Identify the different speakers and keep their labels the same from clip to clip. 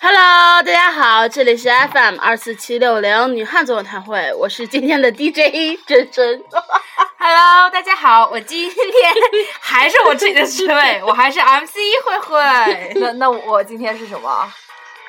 Speaker 1: Hello，大家好，这里是 FM 二四七六零女汉子座谈会，我是今天的 DJ 真真。哦
Speaker 2: Hello，大家好，我今天还是我自己的职 位，我还是 MC 慧慧。啊
Speaker 3: 那那我今天是什么？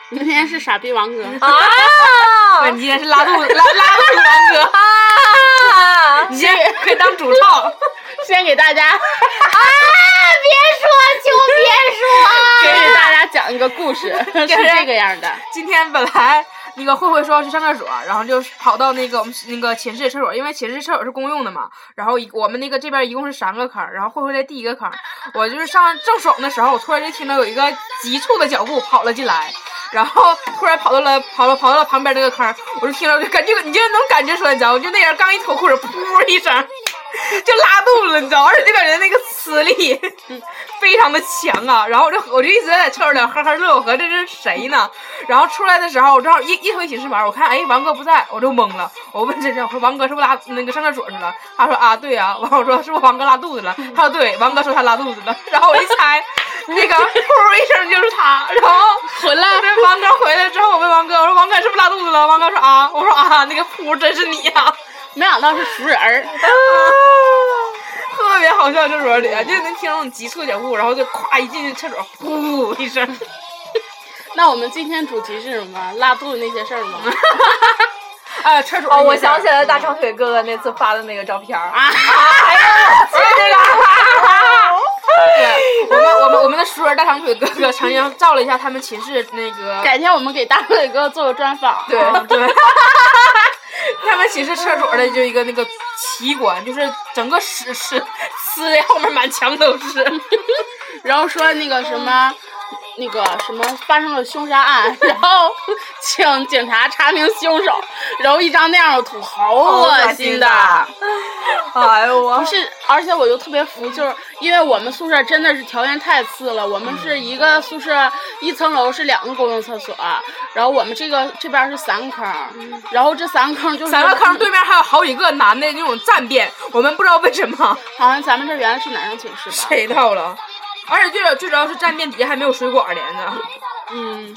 Speaker 1: 明天是傻逼王哥，
Speaker 2: 不
Speaker 3: 啊
Speaker 2: 是你今天是拉肚拉拉肚子王哥，
Speaker 3: 啊！
Speaker 2: 你今天可以当主唱，
Speaker 1: 先给大家 啊
Speaker 3: 别说，就别说。
Speaker 1: 给大家讲一个故 事，是这个样的。
Speaker 2: 今天本来那个慧慧说要去上厕所，然后就跑到那个我们那个寝室的厕所，因为寝室厕所是公用的嘛。然后一我们那个这边一共是三个坑，然后慧慧在第一个坑。我就是上正爽的时候，我突然就听到有一个急促的脚步跑了进来。然后突然跑到了跑了跑到了旁边那个坑，我就听到就感觉你就能感觉出来，你知道吗？就那人刚一脱裤子，噗一声 就拉肚子，你知道吗，而且就感觉那个磁力 非常的强啊。然后我就我就一直在厕所里呵呵乐，我合这是谁呢？然后出来的时候，我正好一一回寝室门，我看哎王哥不在，我就懵了。我问真真，我说王哥是不是拉那个上厕所去了？他说啊对啊。完我说是不是王哥拉肚子了？他说对，王哥说他拉肚子了。然后我一猜，那个噗一声就是他，然后。
Speaker 1: 回来
Speaker 2: 后来王哥回来之后，我问王哥，我说王哥是不是拉肚子了？王哥说啊，我说啊，那个噗真是你呀、啊，
Speaker 1: 没想到是熟人儿，
Speaker 2: 特别好笑，这所里就能听那种急促的脚步，然后就咵一进去厕所，噗一声，
Speaker 1: 那我们今天主题是什么？拉肚子那些事儿吗？
Speaker 2: 哎，厕所
Speaker 3: 哦，我想起来了大长腿哥哥那次发的那个照片 儿。
Speaker 1: 啊，
Speaker 3: 哎呀，我去
Speaker 2: 我们我们我们的熟人大长腿哥哥曾经照了一下他们寝室那 个，
Speaker 1: 改天我们给大伟哥做个专访。
Speaker 2: 对对。 他们寝室厕所的就一个那个奇观，就是整个屎是呲的后面满墙都 是。
Speaker 1: 然后说那个什么，那个什么发生了凶杀案， 然后请警察查明凶手，然后一张那样的图，好
Speaker 2: 哦
Speaker 1: 恶心的。
Speaker 3: 哎呦我
Speaker 1: 不是，而且我就特别服，就是因为我们宿舍真的是条件太次了，我们是一个宿舍一层楼是两个公共厕所，然后我们这个这边是三坑，然后这嗯三坑 就是
Speaker 2: 咱们坑对面还有好几个男的那种站便，我们不知道为什 么
Speaker 1: 好像咱们这原来是男生寝室吧？
Speaker 2: 谁到了，而且最主最主要是站便底下还没有水管连着，
Speaker 1: 嗯。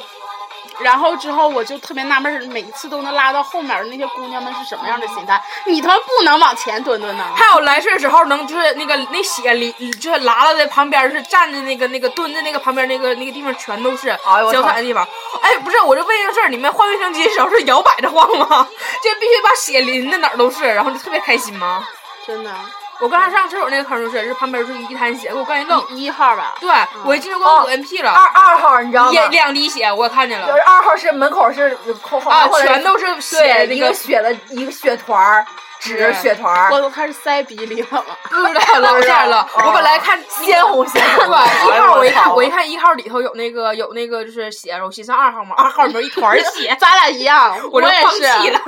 Speaker 1: 然后之后我就特别纳闷儿，每一次都能拉到后面的那些姑娘们是什么样的心态？你他妈不能往前蹲蹲呐！
Speaker 2: 还有来事的时候能就是那个那血里就是拉拉的旁边是站的那个那个蹲的那个旁边那个那个地方全都是
Speaker 3: 哎呦我操
Speaker 2: 脚踩的地方，哎不是，我就问一个事儿，你们换卫生巾的时候是摇摆着换吗？就必须把血淋的哪儿都是，然后就特别开心吗？
Speaker 1: 真的，
Speaker 2: 我刚才上厕所那个坑就是，是旁边就是一滩血，给我干一愣。
Speaker 1: 一号吧，
Speaker 2: 对，我一进去给我
Speaker 3: 哦
Speaker 2: 恶心屁了，
Speaker 3: 二二号你知道吗？
Speaker 2: 也两滴血，我看见了
Speaker 3: 就。是二号是门口是空
Speaker 2: 啊，全都是血
Speaker 3: 对
Speaker 2: 那
Speaker 3: 一个
Speaker 2: 个，
Speaker 3: 血的一个血团儿，纸
Speaker 2: 是
Speaker 3: 血团儿。
Speaker 1: 我都开始塞鼻里了嘛。，
Speaker 2: 不知 道老吓了。
Speaker 3: 哦
Speaker 2: 我本来看
Speaker 3: 鲜红鲜红的
Speaker 2: 对，一
Speaker 3: 哎呦
Speaker 2: 号 我一
Speaker 3: 我
Speaker 2: 看，
Speaker 3: 操
Speaker 2: 我一看一号里头有那个有那个就是血，我寻思二号嘛，二号里面一团血
Speaker 1: 咱俩一样，我
Speaker 2: 我就
Speaker 1: 也
Speaker 2: 放弃
Speaker 1: 是，
Speaker 2: 了。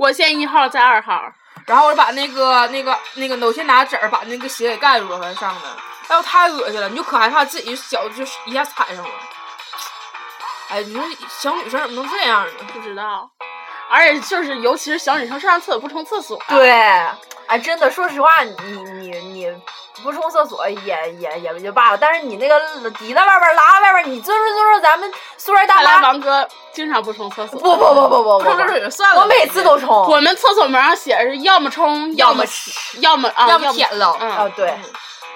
Speaker 1: 我先一号，再二号。
Speaker 2: 然后我就把那个那个那个，我先拿纸儿把那个血给盖住了，完上的。哎呦，太恶心了！你就可害怕自己脚就是一下踩上了。哎，你说小女生怎么能这样呢？
Speaker 1: 不知道，而且就是尤其是小女生上厕所不冲厕所，，
Speaker 3: 对，哎，真的，说实话，你你你不冲厕所也也也也罢了，但是你那个抵在外边儿拉外边儿，你尊重尊重咱们宿舍大
Speaker 1: 看来
Speaker 3: 妈。
Speaker 1: 王哥经常不冲厕所。
Speaker 3: 不不不不不不
Speaker 2: 不这
Speaker 3: 不，
Speaker 2: 水就算了。
Speaker 3: 我每次都冲。
Speaker 1: 我们厕所门上写着要么冲，
Speaker 2: 要
Speaker 1: 么
Speaker 2: 么
Speaker 1: 吃，要么啊，
Speaker 2: 要
Speaker 1: 么
Speaker 2: 么舔了
Speaker 3: 啊，
Speaker 1: 嗯，
Speaker 3: 对，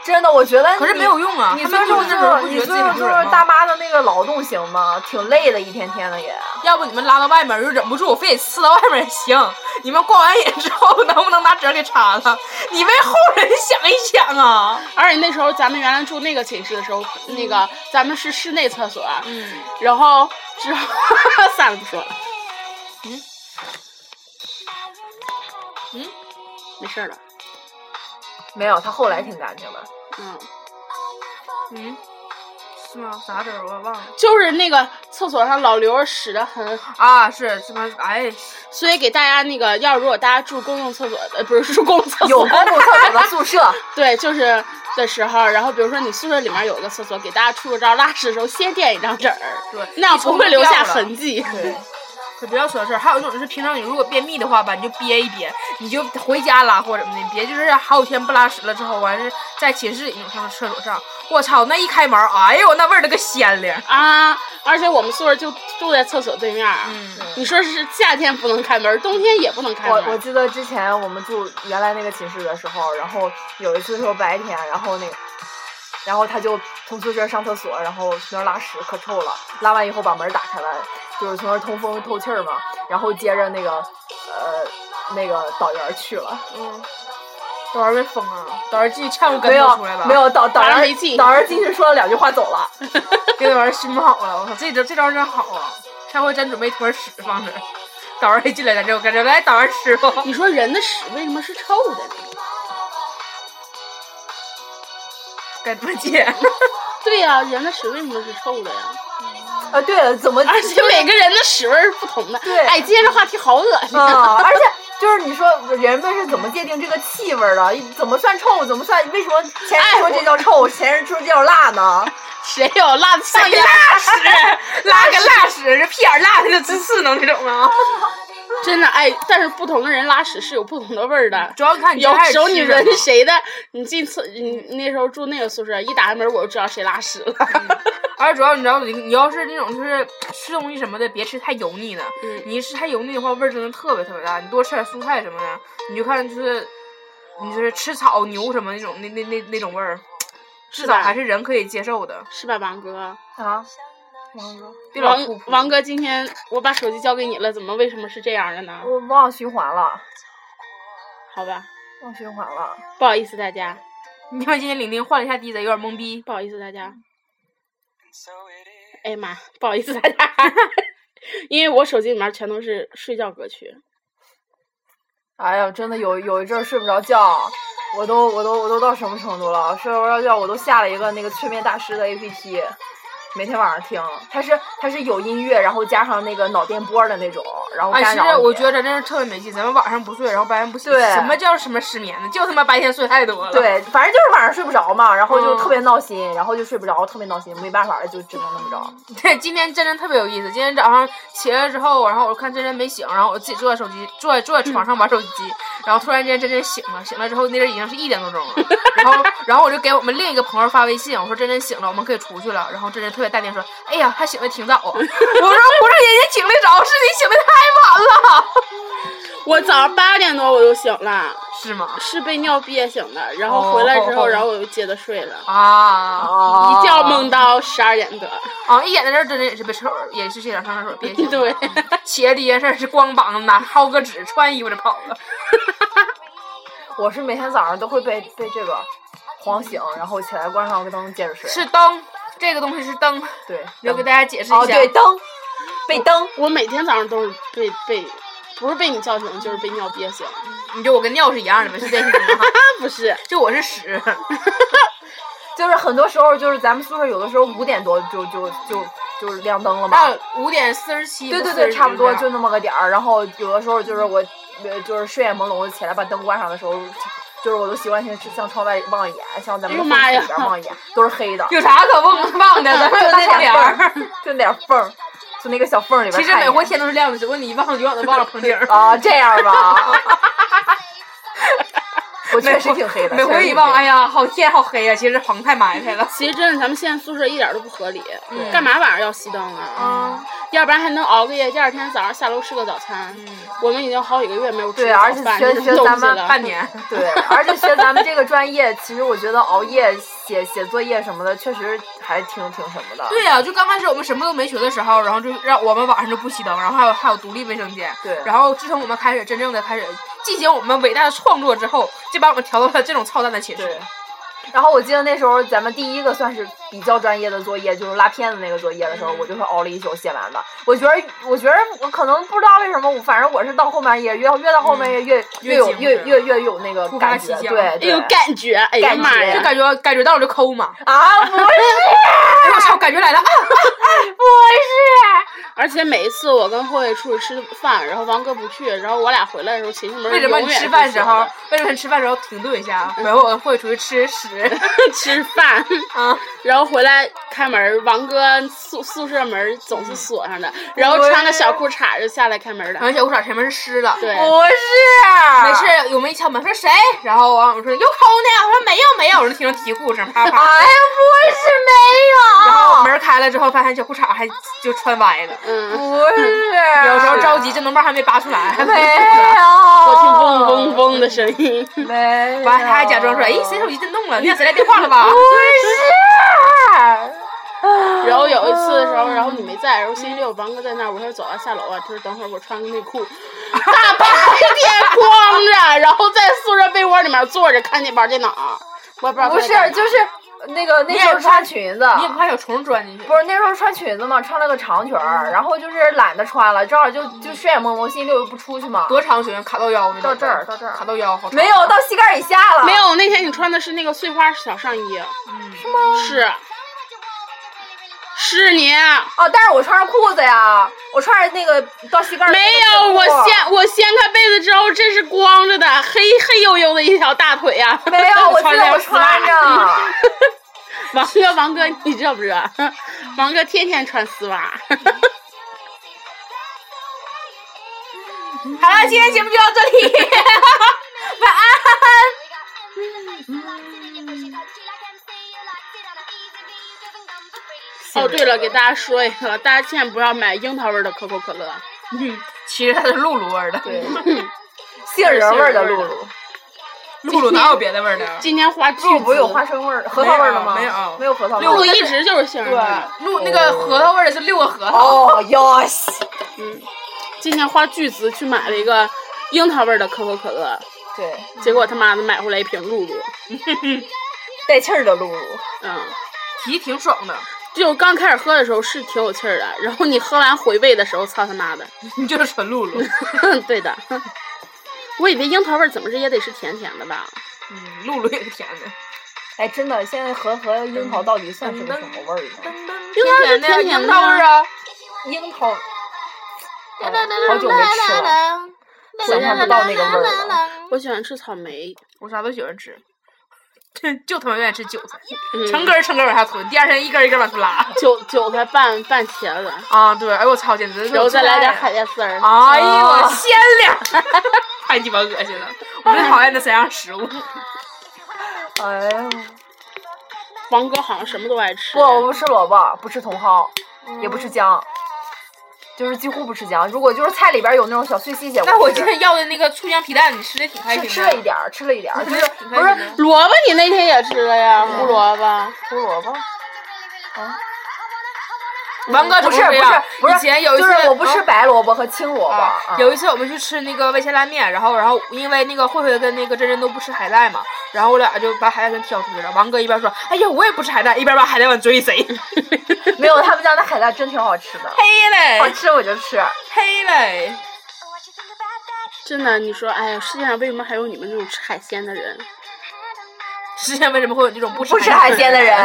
Speaker 3: 真的，我觉得
Speaker 2: 可是
Speaker 3: 你
Speaker 2: 没有用啊！
Speaker 3: 你
Speaker 2: 他们
Speaker 3: 尊
Speaker 2: 就是
Speaker 3: 重尊
Speaker 2: 那种
Speaker 3: 重
Speaker 2: 不
Speaker 3: 你
Speaker 2: 觉得自
Speaker 3: 尊
Speaker 2: 己
Speaker 3: 重
Speaker 2: 不是
Speaker 3: 尊
Speaker 2: 人吗
Speaker 3: 重大妈的那个劳动行吗？挺累的，一天天的也。
Speaker 2: 要不你们拉到外面儿就忍不住，我非得呲到外面儿也行。你们逛完瘾之后，能不能拿纸儿给擦擦？你为后人想一想啊！
Speaker 1: 而且那时候咱们原来住那个寝室的时候，那个咱们是室内厕所，啊然后之后 算了不说了，
Speaker 2: 嗯嗯，
Speaker 1: 没事儿了，
Speaker 3: 没有，他后来挺干净的。
Speaker 1: 嗯，
Speaker 2: 嗯，是吗？啥纸儿我忘了
Speaker 1: 就是那个厕所上老刘使的很
Speaker 2: 啊！是什么？哎，
Speaker 1: 所以给大家那个，要如果大家住公共厕所，呃，不是住公共厕所，
Speaker 3: 有公共厕所的宿舍，
Speaker 1: 对，就是的时候，然后比如说你宿舍里面有一个厕所，给大家出个招，拉屎的时候先垫一张纸儿，
Speaker 2: 对
Speaker 1: 那样不会留下痕迹。
Speaker 3: 对，
Speaker 2: 可不要扯事儿。还有一种就是平常你如果便秘的话吧，你就憋一憋，你就回家拉或者什么的，别就是好几天不拉屎了之后，完事在寝室里上厕所上，我操，那一开门，哎呦那味儿那个鲜的。
Speaker 1: 啊！而且我们宿舍就住在厕所对面儿，啊
Speaker 2: 嗯
Speaker 1: 你说是夏天不能开门，冬天也不能开
Speaker 3: 我
Speaker 1: 门。
Speaker 3: 我记得之前我们住原来那个寝室的时候，然后有一次说白天，然后那个，然后他就从宿舍上厕所，然后去那儿拉屎，可臭了。拉完以后把门打开了，就是从那儿通风透气儿嘛。然后接着那个呃那个导员儿去了，
Speaker 2: 嗯，导员被封了，导员进去呛个跟
Speaker 3: 没
Speaker 2: 头
Speaker 3: 有
Speaker 2: 出来吧，
Speaker 3: 没有导导
Speaker 1: 反
Speaker 3: 员
Speaker 1: 正
Speaker 3: 儿
Speaker 1: 没进
Speaker 3: 导员儿进去说了两句话走了。
Speaker 2: 给导员熏不好了。我操，这招这招真好啊！下回咱准备一坨屎放这儿，导员一进来咱就跟这来导员吃吧。
Speaker 1: 你说人的屎为什么是臭的呢？
Speaker 2: 该怎么解？
Speaker 1: 对呀、人的屎为什么是臭的呀？
Speaker 3: 啊，对了，怎么？
Speaker 1: 而且每个人的屎味儿是不同的。
Speaker 3: 对
Speaker 1: 哎，接着话题好恶心啊！
Speaker 2: 嗯
Speaker 3: 啊，而且就是你说人们是怎么界定这个气味儿的？怎么算臭？怎么算？为什么前
Speaker 2: 哎
Speaker 3: 人说这叫臭，前人说这叫辣呢？
Speaker 1: 谁有辣的像样？
Speaker 2: 拉屎， 拉个拉屎，这屁眼儿辣的就直刺挠那种啊！
Speaker 1: 真的哎，但是不同的人拉屎是有不同的味儿的。
Speaker 2: 主要看你
Speaker 1: 有
Speaker 2: 开始
Speaker 1: 时候你
Speaker 2: 吃什么
Speaker 1: 闻谁的，你进厕，你那时候住那个宿舍，一打开门我就知道谁拉屎了。
Speaker 2: 而且主要你知道，你你要是那种就是吃东西什么的，别吃太油腻的。
Speaker 1: 嗯
Speaker 2: 你一吃太油腻的话，味儿真的特别特别大。你多吃点蔬菜什么的，你就看就是你就是吃草牛什么那种那那那那种味儿，至
Speaker 1: 吧
Speaker 2: 少还是人可以接受的。
Speaker 1: 是吧，王哥？
Speaker 3: 啊，王哥，
Speaker 2: 别老
Speaker 1: 王
Speaker 2: 噗噗
Speaker 1: 王哥，今天我把手机交给你了，怎么为什么是这样的呢？
Speaker 3: 我忘了循环了，
Speaker 1: 好吧，
Speaker 3: 忘循环了。
Speaker 1: 不好意思大家，
Speaker 2: 你看今天玲玲换了一下 DJ，有点懵逼。
Speaker 1: 不好意思大家。哎呀妈，不好意思大家， 因为我手机里面全都是睡觉歌曲。
Speaker 3: 哎呀，真的有有一阵儿睡不着觉，我都我都我都到什么程度了？睡不着觉，我都下了一个那个催眠大师的 APP，每天晚上听。它是它是有音乐，然后加上那个脑电波的那种，然后
Speaker 2: 哎，
Speaker 3: 干
Speaker 2: 其
Speaker 3: 扰你。
Speaker 2: 实我觉得咱真是特别没劲，咱们晚上不睡，然后白天不醒，
Speaker 3: 对
Speaker 2: 什么叫什么失眠呢？就他妈白天睡太 多了。，
Speaker 3: 对，反正就是晚上睡不着嘛，然后就
Speaker 2: 嗯
Speaker 3: 特别闹心，然后就睡不着，特别闹心，没办法了，就只能那么着。
Speaker 2: 对，今天真真特别有意思。今天早上起来之后，然后我看真真没醒，然后我自己坐在手机，坐在坐在床上玩手机，然后突然间真真醒了，醒了之后那阵已经是一点多钟了，然后然后我就给我们另一个朋友发微信，我说真真醒了，我们可以出去了。然后真真特别淡定说，哎呀，他醒的挺早啊。我说不是人家醒的早，是你醒的太晚了，
Speaker 1: 我早上八点多我就醒了，
Speaker 2: 是吗？
Speaker 1: 是被尿憋醒的，然后
Speaker 2: 哦
Speaker 1: 回来之
Speaker 2: 哦
Speaker 1: 后，
Speaker 2: 哦
Speaker 1: 然后我就接着睡了，
Speaker 2: 啊，
Speaker 1: 一觉梦到十二点多。
Speaker 2: 啊！一点在这儿真的也是被臭，也是这点上厕所憋醒。
Speaker 1: 对，
Speaker 2: 起来第一件事儿是光膀子拿薅个纸穿衣服就跑了。
Speaker 3: 我是每天早上都会被被这个晃醒，然后起来关上灯接着睡。
Speaker 2: 是灯，这个东西是灯，
Speaker 3: 对，
Speaker 2: 要给
Speaker 3: 灯
Speaker 2: 大家解释一下。
Speaker 3: 哦，对，灯，被灯。
Speaker 1: 我每天早上都是被被，不是被你叫醒，就是被尿憋醒。
Speaker 2: 你就我跟尿是一样的呗，是这意思吗？
Speaker 1: 不是，
Speaker 2: 就我是 屎，
Speaker 3: 就是很多时候，就是咱们宿舍有的时候五点多就就就就是亮灯了嘛。
Speaker 2: 到五点四十七，
Speaker 3: 对对对，差不多就那么个点儿。然后有的时候就是我，呃，就是睡眼朦胧起来把灯关上的时候，就是我都习惯性去向窗外望一眼，向咱
Speaker 1: 哎呦
Speaker 3: 们的宿
Speaker 1: 妈
Speaker 3: 舍
Speaker 1: 呀
Speaker 3: 里边望一眼，都是黑 的。
Speaker 2: 有啥可忘忘 的？咱们有
Speaker 3: 就
Speaker 2: 大
Speaker 3: 那
Speaker 2: 窗帘
Speaker 3: 点缝
Speaker 2: 儿。
Speaker 3: 儿，就那点缝儿，就那个小缝儿里边
Speaker 2: 其
Speaker 3: 儿看一
Speaker 2: 实
Speaker 3: 眼。
Speaker 2: 每回天都是亮的，只不过你一望就忘了忘了棚顶儿。
Speaker 3: 啊，这样吧，我确实挺黑的，
Speaker 2: 每
Speaker 3: 确实
Speaker 2: 回一
Speaker 3: 挺
Speaker 2: 望，
Speaker 3: 黑
Speaker 2: 哎呀，好天好黑呀！啊其实黄太埋汰了。
Speaker 1: 其实真的，咱们现在宿舍一点都不合理，
Speaker 2: 嗯
Speaker 1: 干嘛晚上要熄灯啊？
Speaker 2: 啊，
Speaker 1: 要不然还能熬个夜，第二天早上下楼吃个早餐。
Speaker 2: 嗯
Speaker 3: 嗯
Speaker 1: 我们已经好几个月没有吃
Speaker 3: 对
Speaker 1: 早
Speaker 3: 而且
Speaker 1: 饭
Speaker 3: 觉
Speaker 1: 这
Speaker 3: 得
Speaker 1: 种
Speaker 3: 觉得
Speaker 1: 东
Speaker 3: 咱
Speaker 1: 西
Speaker 3: 们
Speaker 1: 了。
Speaker 2: 半年，
Speaker 3: 对，而且学咱们这个专业，其实我觉得熬夜写写作业什么的，确实还挺挺什么的。
Speaker 2: 对呀、就刚开始我们什么都没学的时候，然后就让我们晚上就不熄灯，然后还有还有独立卫生间。
Speaker 3: 对
Speaker 2: 然后自从我们开始真正的开始进行我们伟大的创作之后，就把我们调到了这种操蛋的寝室
Speaker 3: 对。。然后我记得那时候咱们第一个算是比较专业的作业，就是拉片子那个作业的时
Speaker 2: 嗯
Speaker 3: 候，我就是熬了一宿写完的。我觉得，我觉得我可能不知道为什么，我反正我是到后半夜越越到后半夜越、
Speaker 2: 嗯越
Speaker 3: 越有
Speaker 2: 精
Speaker 3: 越
Speaker 2: 神
Speaker 3: 越越有那个
Speaker 2: 突发
Speaker 3: 感
Speaker 2: 奇
Speaker 3: 觉，
Speaker 2: 想
Speaker 3: 对，
Speaker 1: 哎
Speaker 3: 对
Speaker 1: 呦，感觉，哎呀
Speaker 3: 感觉
Speaker 1: 妈
Speaker 2: 就
Speaker 1: 呀！
Speaker 2: 感觉感觉到了就抠嘛，
Speaker 3: 啊，不是，
Speaker 2: 哎我操，感觉来了，啊啊
Speaker 3: 不是，
Speaker 1: 而且每一次我跟慧慧出去吃饭，然后王哥不去，然后我俩回来的时候，秦氏门
Speaker 2: 为什么你
Speaker 1: 永远
Speaker 2: 吃
Speaker 1: 是
Speaker 2: 饭时
Speaker 1: 锁
Speaker 2: 候
Speaker 1: 的，
Speaker 2: 为什么你吃饭时候停顿一 下？然后我会出去吃屎
Speaker 1: 吃饭？
Speaker 2: 啊！
Speaker 1: 然后回来开门，王哥宿宿舍门总是锁上的，然后穿个小裤衩就下来开门
Speaker 2: 然后
Speaker 1: 了。
Speaker 2: 小裤衩前面是啊湿
Speaker 1: 对
Speaker 2: 的，不是，没事，我们一敲门说谁，然后王我说有抠呢，我说没有没有，我就听着啼哭声啪啪，
Speaker 3: 哎呀，不是没有，
Speaker 2: 然后啊门开了之后，发现小裤衩还就穿歪了，
Speaker 1: 嗯，
Speaker 3: 不是，
Speaker 2: 有时候着急，震动棒还没拔出来，
Speaker 3: 没有，
Speaker 1: 我听
Speaker 3: 我
Speaker 1: 嗡嗡嗡的声音。
Speaker 3: 没有，
Speaker 2: 完他还假装说，哎咦，谁手机震动了？你俩谁来电话了吧？啊
Speaker 3: 不是，
Speaker 1: 然后有一次的
Speaker 3: 啊
Speaker 1: 时候，然后你没在，然后星期六王哥在那儿，我说走啊，下楼啊。他说等会儿我穿个内裤，大白天光着，然后在宿舍被窝里面坐着看那玩电脑，我也不知道
Speaker 3: 不
Speaker 1: 他在干
Speaker 3: 是，
Speaker 1: 嘛
Speaker 3: 就是那个那时候穿裙子，
Speaker 2: 你也不怕有虫钻进去？
Speaker 3: 不是那时候穿裙子嘛，穿了个长裙儿，然后就是懒得穿了，正好就就睡眼朦胧，星期六又不出去嘛，
Speaker 2: 多长裙？卡到腰那种
Speaker 3: 到这儿到这儿
Speaker 2: 卡到腰，好长
Speaker 3: 没有到膝盖以下了，
Speaker 1: 没有那天你穿的是那个碎花小上衣，
Speaker 3: 是
Speaker 2: 嗯
Speaker 3: 吗？
Speaker 1: 是是你。
Speaker 3: 哦，但是我穿上裤子呀，我穿着那个到膝盖儿的
Speaker 1: 没
Speaker 3: 那
Speaker 1: 有，
Speaker 3: 个
Speaker 1: 我
Speaker 3: 裤
Speaker 1: 掀我掀开被子之后，这是光着的，黑黑黝黝的一条大腿呀、
Speaker 3: 没 有，我记
Speaker 1: 穿
Speaker 3: 得
Speaker 1: 条
Speaker 3: 我
Speaker 1: 丝袜
Speaker 3: 穿着。
Speaker 1: 王哥，王哥，你知不知道？ 王哥天天穿丝袜。
Speaker 2: 嗯好了，今天节目就到这里，晚安。
Speaker 1: 哦，对了，给大家说一个，大家千万不要买樱桃味儿的可口可乐。
Speaker 2: 嗯，其实它是露露味儿的，
Speaker 1: 对，
Speaker 3: 杏仁味儿的露露，
Speaker 2: 露露哪有别的味儿 的？
Speaker 1: 今天花巨
Speaker 3: 露露不是有
Speaker 1: 资
Speaker 3: 花生味儿、核桃味儿的吗？
Speaker 2: 没有
Speaker 3: 没有核桃味
Speaker 1: 露露
Speaker 3: 儿。
Speaker 1: 一直就是杏仁味儿的。
Speaker 2: 露那个核桃味儿的是六个核桃，
Speaker 3: 哦哟西，
Speaker 1: 今天花巨资去买了一个樱桃味儿的可口可乐，
Speaker 3: 对，
Speaker 1: 结果他妈的买回来一瓶露露。
Speaker 3: 带气儿的露露，
Speaker 1: 嗯，
Speaker 2: 提挺爽的，
Speaker 1: 就刚开始喝的时候是挺有气儿的，然后你喝完回味的时候，操他妈的！
Speaker 2: 你就是纯露露。
Speaker 1: 对的， 我以为樱桃味儿怎么着也得是甜甜的吧？
Speaker 2: 嗯，露露也是甜的，
Speaker 3: 哎，真的，现在核和樱桃到底算是个什么味儿呢？
Speaker 1: 是
Speaker 2: 甜的，
Speaker 1: 甜
Speaker 2: 樱
Speaker 1: 的
Speaker 2: 桃味儿啊。
Speaker 3: 樱桃，哎好久没吃了，想象不到那个味儿了。
Speaker 1: 我喜欢吃草莓，
Speaker 2: 我啥都喜欢吃， 就他妈愿意吃韭菜，
Speaker 1: 嗯
Speaker 2: 成根儿成根儿往下吞，第二天一根儿一根儿往出拉。
Speaker 1: 韭韭菜拌拌茄子，
Speaker 2: 啊，对，哎呦我操，简直是
Speaker 1: 然后
Speaker 2: 我
Speaker 1: 再
Speaker 2: 最
Speaker 1: 来
Speaker 2: 爱
Speaker 1: 点
Speaker 2: 的
Speaker 1: 海带丝儿。
Speaker 2: 哎呦，我
Speaker 3: 哦
Speaker 2: 鲜了， 太鸡巴恶心了！我最讨厌的三样食物。
Speaker 3: 哎呦，
Speaker 1: 王哥好像什么都爱吃
Speaker 3: 不，。我不吃萝卜，不吃茼蒿，也不吃姜，就是几乎不吃姜。如果就是菜里边有那种小碎细节，
Speaker 2: 那我
Speaker 3: 吃
Speaker 2: 今天要的那个醋酱皮蛋，你吃的挺开心
Speaker 3: 吃
Speaker 2: 的。
Speaker 3: 吃了一点儿，吃了一点儿，就是
Speaker 2: 挺
Speaker 3: 不
Speaker 2: 开
Speaker 3: 是
Speaker 2: 心的。
Speaker 1: 萝卜你那天也吃了呀，胡
Speaker 3: 嗯
Speaker 1: 萝卜。
Speaker 3: 胡萝卜。
Speaker 2: 王哥
Speaker 3: 不是
Speaker 2: 这
Speaker 3: 不是
Speaker 2: 样
Speaker 3: 不是，
Speaker 2: 以前有一
Speaker 3: 就
Speaker 2: 次
Speaker 3: 是我不吃
Speaker 2: 啊
Speaker 3: 白萝卜和青萝卜，
Speaker 2: 啊
Speaker 3: 啊
Speaker 2: 有一次我们去吃那个味千拉面，然后然后因为那个慧慧跟那个珍珍都不吃海带嘛，然后我俩就把海带全挑出去了。王哥一边说：“哎呀，我也不吃海带”，一边把海带往嘴里 塞。
Speaker 3: 没有他们家那海带真挺好吃的，
Speaker 2: 嘿
Speaker 3: 好
Speaker 2: 嘞，
Speaker 3: 吃我就吃。
Speaker 2: 嘿嘞，
Speaker 1: 真的，你说，哎呀，世界上为什么还有你们这种吃海鲜的人？
Speaker 2: 世界为什么会有这种不
Speaker 3: 不吃海鲜的人，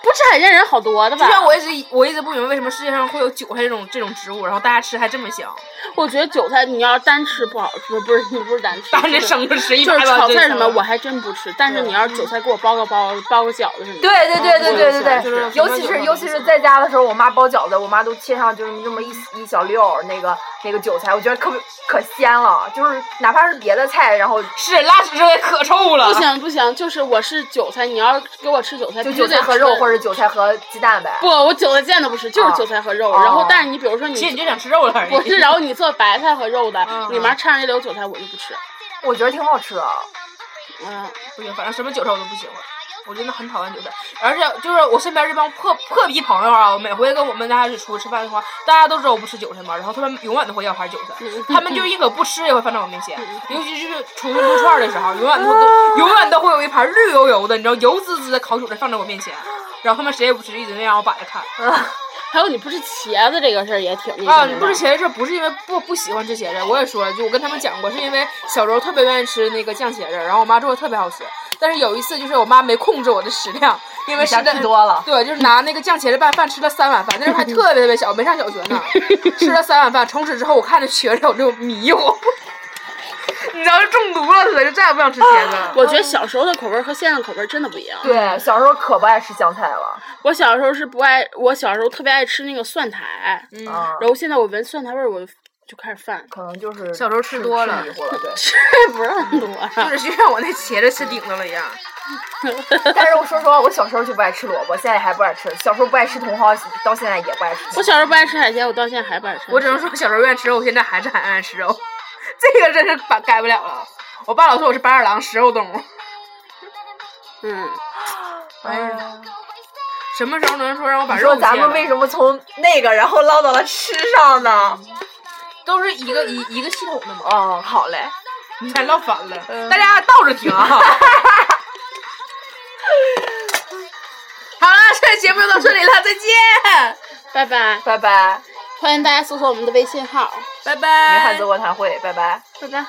Speaker 1: 不吃海鲜人好多的吧
Speaker 2: 就？像啊我一直我一直不明白为什么世界上会有韭菜这种这种植物，然后大家吃还这么香，
Speaker 1: 我觉得韭菜你要单吃不好吃，不是你不是单吃，
Speaker 2: 当着生着吃一
Speaker 1: 就
Speaker 2: 大
Speaker 1: 是
Speaker 2: 包
Speaker 1: 炒
Speaker 2: 就
Speaker 1: 菜
Speaker 2: 香
Speaker 1: 什么我还真不吃，但是你要是韭菜给我包个包子、包个饺子什么的，
Speaker 3: 对啊对对对对对
Speaker 2: 就是
Speaker 3: 对，尤其
Speaker 2: 就是
Speaker 3: 是尤其是在家的时候，我妈包饺子，我妈都切上就是那么一一小溜儿那个那个韭菜，我觉得可可鲜了，就是哪怕是别的菜，然后
Speaker 2: 是拉屎之后也可臭了。
Speaker 1: 不行不行，就是我是韭菜，你要给我吃韭菜，
Speaker 3: 就
Speaker 1: 必须
Speaker 3: 韭菜
Speaker 1: 得
Speaker 3: 和
Speaker 1: 吃
Speaker 3: 肉或者韭菜和鸡蛋呗。
Speaker 1: 不，我韭菜见都不吃，就是
Speaker 3: 啊
Speaker 1: 韭菜和肉。
Speaker 3: 哦
Speaker 1: 然后，但是你比如说
Speaker 2: 其实你
Speaker 1: 你，
Speaker 2: 就想吃肉了而已。
Speaker 1: 我 是然后你做白菜和肉的
Speaker 2: 嗯，
Speaker 1: 里面掺上一绺韭菜，我就不吃。
Speaker 3: 我觉得挺好吃的，
Speaker 1: 嗯，
Speaker 2: 不行，反正什么韭菜我都不喜欢，我真的很讨厌韭菜。而且就是我身边这帮破破逼朋友啊，每回跟我们大家一起出去吃饭的话，大家都知道我不吃韭菜嘛，然后他们永远都会要盘韭菜，
Speaker 1: 嗯
Speaker 2: 他们就宁可不吃也会放在我面前，尤其是出去撸串的时候，永远都
Speaker 1: 啊
Speaker 2: 会永远都会有一盘绿油油的，你知道油滋滋的烤韭菜放在我面前。然后他们谁也不吃，一直那样我摆着看。
Speaker 1: 还有你不吃茄子这个事儿也挺那什么
Speaker 2: 啊，
Speaker 1: 的
Speaker 2: 不是茄子，这不是因为不不喜欢吃茄子，我也说了，就我跟他们讲过，是因为小时候特别愿意吃那个酱茄子，然后我妈做的特别好吃，但是有一次就是我妈没控制我的食量，因为
Speaker 3: 你
Speaker 2: 实
Speaker 3: 家
Speaker 2: 在
Speaker 3: 吃多了，
Speaker 2: 对，就是拿那个酱茄子拌饭吃了三碗饭，那时候还特别特别小，没上小学呢，吃了三碗饭。从此之后，我看着茄子我就迷糊， 你知道就中毒了，可就再也不想吃茄子了。
Speaker 1: 我觉得小时候的口味儿和现在的口味儿真的不一样。
Speaker 3: 对，小时候可不爱吃香菜了，
Speaker 1: 我小时候是不爱，我小时候特别爱吃那个蒜苔，
Speaker 2: 嗯
Speaker 3: 啊，
Speaker 1: 然后现在我闻蒜苔味儿我就就开始 犯，
Speaker 3: 可能就是
Speaker 2: 嗯小时候吃多了
Speaker 3: 迷糊了， 对。
Speaker 1: 吃不让多
Speaker 3: 嗯
Speaker 2: 就
Speaker 1: 了。
Speaker 2: 是就像我那茄子吃顶上了一样，
Speaker 3: 但是我说实话，我小时候就不爱吃萝卜，现在还不爱吃。小时候不爱吃茼蒿，到现在也不爱吃。
Speaker 1: 我小时候不爱吃海鲜，我到现在还不爱吃。
Speaker 2: 我只能说小时候愿意吃肉，现在还是很爱吃肉，这个真是改改不了了。我爸老说我是白眼狼食肉动物，
Speaker 1: 嗯，
Speaker 3: 哎呀，
Speaker 2: 什么时候能说让我把
Speaker 3: 你
Speaker 2: 肉
Speaker 3: 说
Speaker 2: 戒
Speaker 3: 咱们
Speaker 2: 了
Speaker 3: 为什么从那个然后唠到了吃上呢？
Speaker 2: 都是一个一一个系统的嘛？
Speaker 3: 哦，好嘞。
Speaker 2: 你
Speaker 3: 嗯
Speaker 2: 还唠反了，大家倒着听 啊。好了，这节目就到这里了，再见，
Speaker 1: 拜拜，
Speaker 3: 拜拜，
Speaker 1: 欢迎大家搜索我们的微信号，
Speaker 2: 拜
Speaker 3: 女
Speaker 2: 拜。
Speaker 3: 汉子卧谈会，拜拜。
Speaker 1: 拜拜。